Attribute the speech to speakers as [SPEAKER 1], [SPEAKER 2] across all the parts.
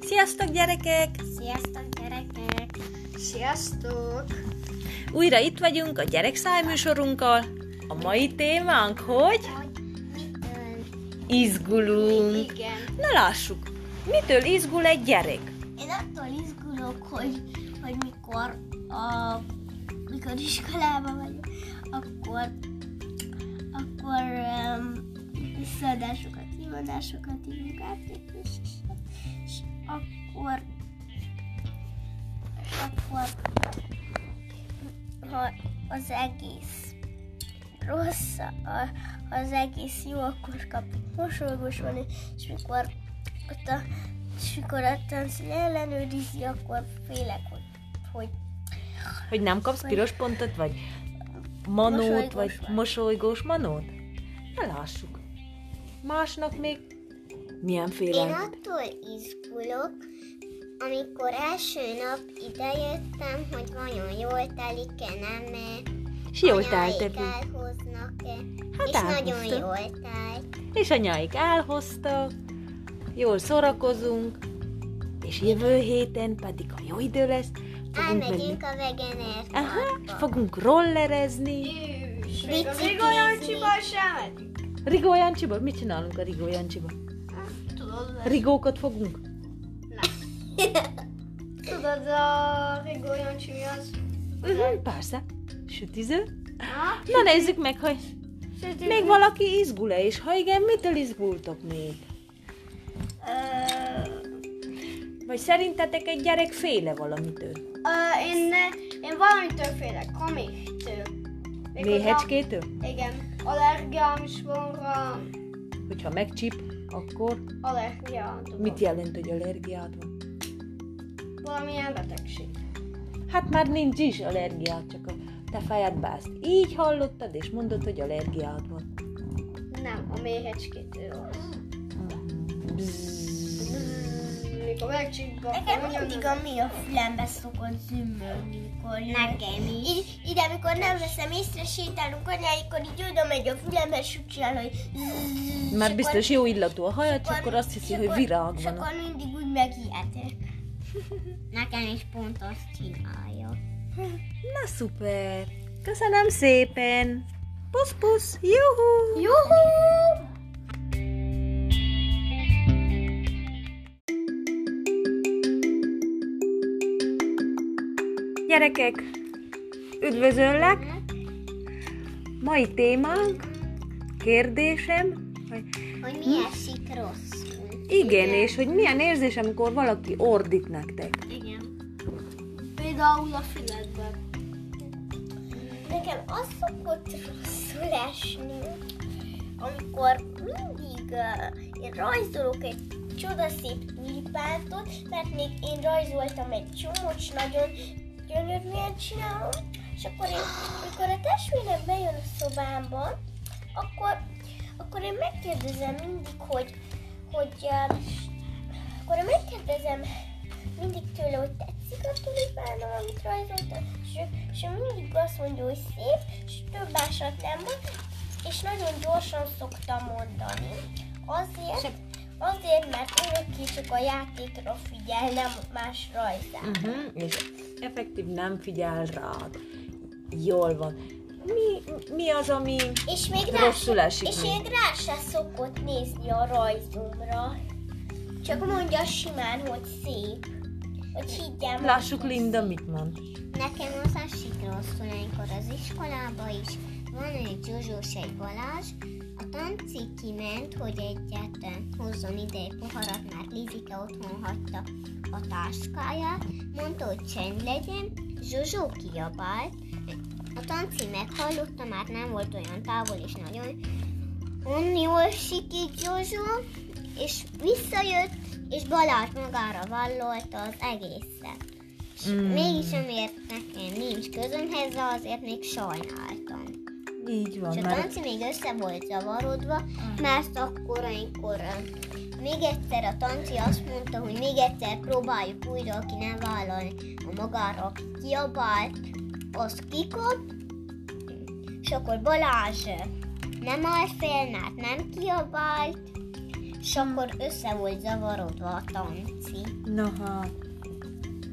[SPEAKER 1] Sziasztok gyerekek!
[SPEAKER 2] Sziasztok, gyerekek!
[SPEAKER 3] Sziasztok!
[SPEAKER 1] Újra itt vagyunk a gyerekszáj műsorunkkal. A mai témánk, hogy
[SPEAKER 2] Hogy Hm. mit ön?
[SPEAKER 1] izgulunk.
[SPEAKER 3] Igen.
[SPEAKER 1] Na lássuk, mitől izgul egy gyerek?
[SPEAKER 2] Én attól izgulok, hogy, hogy mikor a, mikor iskolában vagyok, akkor, akkor um, visszaadásokat, hívadásokat írunk át, és, és akkor, akkor ha az egész rossz, a, ha az egész jó, akkor kapjuk mosolygós van, és mikor ott a, és mikor a táncon ellenőrizi, akkor félek, hogy, hogy
[SPEAKER 1] Hogy nem kapsz piros pontot, vagy manót,
[SPEAKER 2] Mosolygós
[SPEAKER 1] vagy
[SPEAKER 2] vagy.
[SPEAKER 1] mosolygós manót? Na lássuk. Másnak még milyen
[SPEAKER 4] Én
[SPEAKER 1] félelmet?
[SPEAKER 4] attól izgulok, amikor első nap idejöttem, hogy vajon jól telik-e, nem-e,
[SPEAKER 1] És jól
[SPEAKER 4] anyáik
[SPEAKER 1] telt
[SPEAKER 4] elhoznak-e,
[SPEAKER 1] Hát
[SPEAKER 4] és nagyon
[SPEAKER 1] elhoztak.
[SPEAKER 4] jól telt.
[SPEAKER 1] és anyáik elhoztak, jól szórakozunk, és jövő héten pedig, ha jó idő lesz, fogunk menni.
[SPEAKER 4] Elmegyünk a vegener
[SPEAKER 1] Aha, és fogunk rollerezni.
[SPEAKER 3] És még a
[SPEAKER 4] Biciklizni.
[SPEAKER 3] Migolyáncsiba sem megyünk.
[SPEAKER 1] Rigó Jancsiba? Mit csinálunk a Rigó Jancsiba?
[SPEAKER 3] Tudod, ez-
[SPEAKER 1] Rigókat fogunk?
[SPEAKER 3] tudod a Migolyáncsi mi az?
[SPEAKER 1] Uh-huh, persze. Sütiző?
[SPEAKER 3] Ha?
[SPEAKER 1] Na nézzük meg, hogy még valaki izgul-e, és ha igen, mitől izgultok még? Vagy szerintetek egy gyerek féle valamitől?
[SPEAKER 3] Ö, én, én valamitől félek, kamiktől. Méghozzá-
[SPEAKER 1] Méhecskétől?
[SPEAKER 3] Igen, allergiám is van rá.
[SPEAKER 1] Hogyha megcsíp, akkor
[SPEAKER 3] Allergiám. tudom.
[SPEAKER 1] mit jelent, hogy allergiád van?
[SPEAKER 3] Valamilyen betegség.
[SPEAKER 1] Hát már nincs is allergiád, csak a te fejedbe ezt így hallottad, és mondod, hogy allergiád van.
[SPEAKER 3] Nem, a méhecskétől az.
[SPEAKER 1] Bzzz.
[SPEAKER 3] Mikor megcsípva,
[SPEAKER 2] Hmm. Nekem
[SPEAKER 3] akkor
[SPEAKER 2] mindig a mi a fülembe szokott zümmölni, mikor
[SPEAKER 4] Nekem is.
[SPEAKER 2] Így, így, amikor nem veszem észre, sétálunk anyáikon, így oda megy a fülembe, és úgy csinál, hogy zzzz, és
[SPEAKER 1] Már
[SPEAKER 2] akkor-
[SPEAKER 1] biztos jó illatú a haja,
[SPEAKER 2] és
[SPEAKER 1] csak akkor azt
[SPEAKER 2] és
[SPEAKER 1] hiszi, hogy
[SPEAKER 2] akkor-
[SPEAKER 1] virág
[SPEAKER 2] És
[SPEAKER 1] van.
[SPEAKER 2] akkor mindig úgy megijedek.
[SPEAKER 4] Nekem is pont azt csinálja.
[SPEAKER 1] Na szuper! Köszönöm szépen! Pusz pusz! Juhu!
[SPEAKER 2] Juhu!
[SPEAKER 1] Gyerekek! Üdvözöllek! Mai témánk, kérdésem, hogy
[SPEAKER 4] Hogy mi esik rosszul.
[SPEAKER 1] igen, és hogy milyen érzés, amikor valaki ordít nektek.
[SPEAKER 4] Igen.
[SPEAKER 3] Például a fületben.
[SPEAKER 2] Nekem az szokott rosszul esni, amikor mindig uh, én rajzolok egy csodaszép tulipántot, mert még én rajzoltam egy csomót, s nagyon gyönyörűen csinálom, és akkor én, amikor a testvérem bejön a szobámba, akkor, akkor én megkérdezem mindig, hogy, hogy uh, akkor én megkérdezem mindig tőle, hogy tetszik a tulipánom, amit rajzoltam, és ő, és ő mindig azt mondja, hogy szép, és több másat nem mond, és nagyon gyorsan szoktam mondani. Azért, azért, mert örökké csak a játékra figyel, nem más rajzán.
[SPEAKER 1] Uh-huh, és effektív nem figyel rád. Jól van. Mi, mi az, ami...
[SPEAKER 2] És még rá,
[SPEAKER 1] Rosszul esik
[SPEAKER 2] és
[SPEAKER 1] még.
[SPEAKER 2] még rá se szokott nézni a rajzomra. Csak mondja simán, hogy szép. Hogy higgyem.
[SPEAKER 1] Lássuk Linda mit mond.
[SPEAKER 4] Nekem az esik rosszul, amikor az iskolába is van egy Zsuzsós, egy Balázs, a tanci kiment, hogy egyetlen hozzon ide egy poharat, mert Lizike otthon hagyta a táskáját, mondta, hogy csend legyen, Zsuzsó kiabált, a tanci meghallotta, már nem volt olyan távol, és nagyon Unió sikít Zsuzsó, és visszajött, és Balázs magára vallolta az egészet. És
[SPEAKER 1] Mm.
[SPEAKER 4] mégis amiért nekem nincs közöm hozzá, azért még sajnáltam.
[SPEAKER 1] Így van,
[SPEAKER 4] És a
[SPEAKER 1] mert
[SPEAKER 4] Tanci még össze volt zavarodva, mert akkor, amikor ö, még egyszer a Tanci azt mondta, hogy még egyszer próbáljuk újra, aki nem vállal a magára, aki kiabált, az kikap, eh, és akkor Balázs ö, nem állt fél, mert nem kiabált, és és akkor össze volt zavarodva a tanci.
[SPEAKER 1] Naha. hát.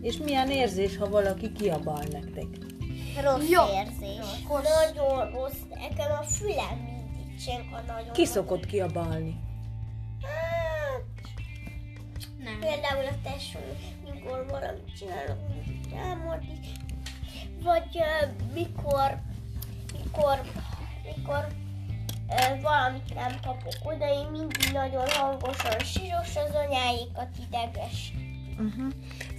[SPEAKER 1] És milyen érzés, ha valaki kiabál nektek?
[SPEAKER 4] Rossz
[SPEAKER 3] Jó.
[SPEAKER 4] érzés.
[SPEAKER 2] Nagyon rossz. Nekem a fülem mindig cseng a nagyon
[SPEAKER 1] Ki szokott kiabálni?
[SPEAKER 2] Hát,
[SPEAKER 3] Nem.
[SPEAKER 2] Például a tesó, mikor valamit csinálok, mindig támadni. Vagy ö, mikor, mikor, mikor ö, valamit nem kapok oda, én mindig nagyon hangosan síros az anyáikat ideges.
[SPEAKER 1] Uh-huh.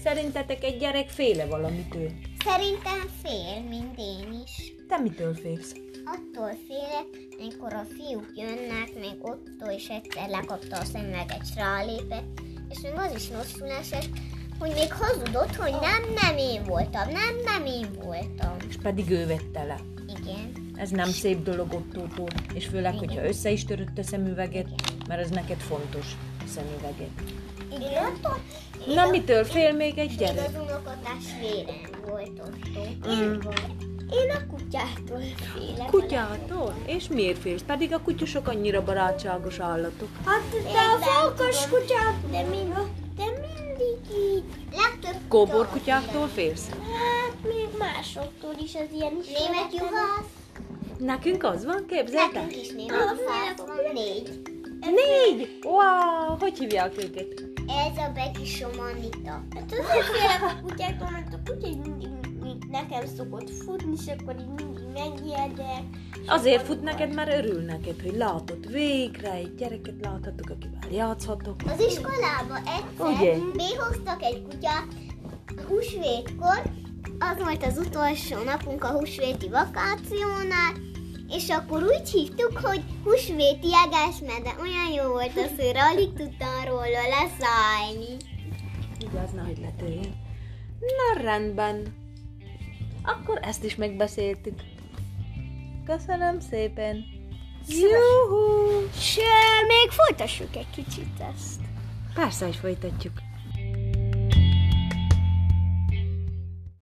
[SPEAKER 1] Szerintetek egy gyerek féle valamitől?
[SPEAKER 4] Szerintem fél, mint én is.
[SPEAKER 1] Te mitől félsz?
[SPEAKER 4] Attól félek, amikor a fiúk jönnek, még Otto is egyszer lekapta a szemüveget, s rálépett, és még az is rosszul esett, hogy még hazudott, hogy nem, nem én voltam, nem, nem én voltam.
[SPEAKER 1] És pedig ő vette le.
[SPEAKER 4] Igen,
[SPEAKER 1] Ez nem szép dolog ottótól, és főleg, hogyha össze is törött a szemüveget, mert ez neked fontos a szemüveget.
[SPEAKER 2] Igen?
[SPEAKER 1] Na, mitől fél még egy
[SPEAKER 4] még
[SPEAKER 1] gyerek?
[SPEAKER 4] az unokatestvérem volt Otto.
[SPEAKER 1] Mm.
[SPEAKER 2] Én a kutyától félek.
[SPEAKER 1] Kutyától? És miért félsz? Pedig a kutyusok annyira barátságos állatok.
[SPEAKER 2] Hát
[SPEAKER 4] de a farkas
[SPEAKER 2] kutyát de, mind, de mindig így.
[SPEAKER 4] Legtöbb
[SPEAKER 1] Kóborkutyáktól félsz?
[SPEAKER 2] Hát még másoktól is az ilyen is.
[SPEAKER 4] Német juhász,
[SPEAKER 1] Nekünk az van, képzeld el?
[SPEAKER 4] nekünk is német juhász van négy.
[SPEAKER 1] Négy! Wow! Hogy hívják őket?
[SPEAKER 4] Ez a Beki Somanita.
[SPEAKER 2] Hát azért félek a kutyáktól, mert a kutya így mindig mindig nekem szokott futni, és akkor így mindig megijedek. és
[SPEAKER 1] Azért
[SPEAKER 2] akkor-
[SPEAKER 1] fut neked, mert örül neked, hogy látod végre egy gyereket láthatok, akivel játszhatok.
[SPEAKER 4] Az iskolába
[SPEAKER 1] Ugye?
[SPEAKER 4] egyszer behoztak egy kutyát húsvétkor, az volt az utolsó napunk a húsvéti vakációnál, és akkor úgy hívtuk, hogy húsvéti jegásme, de olyan jó volt az, hogy alig tudtam róla leszállni.
[SPEAKER 1] Vigyázz, nehogy letörjön. Na rendben. Akkor ezt is megbeszéltük. Köszönöm szépen. Juhu!
[SPEAKER 3] És még folytassuk egy kicsit ezt.
[SPEAKER 1] Persze, hogy folytatjuk.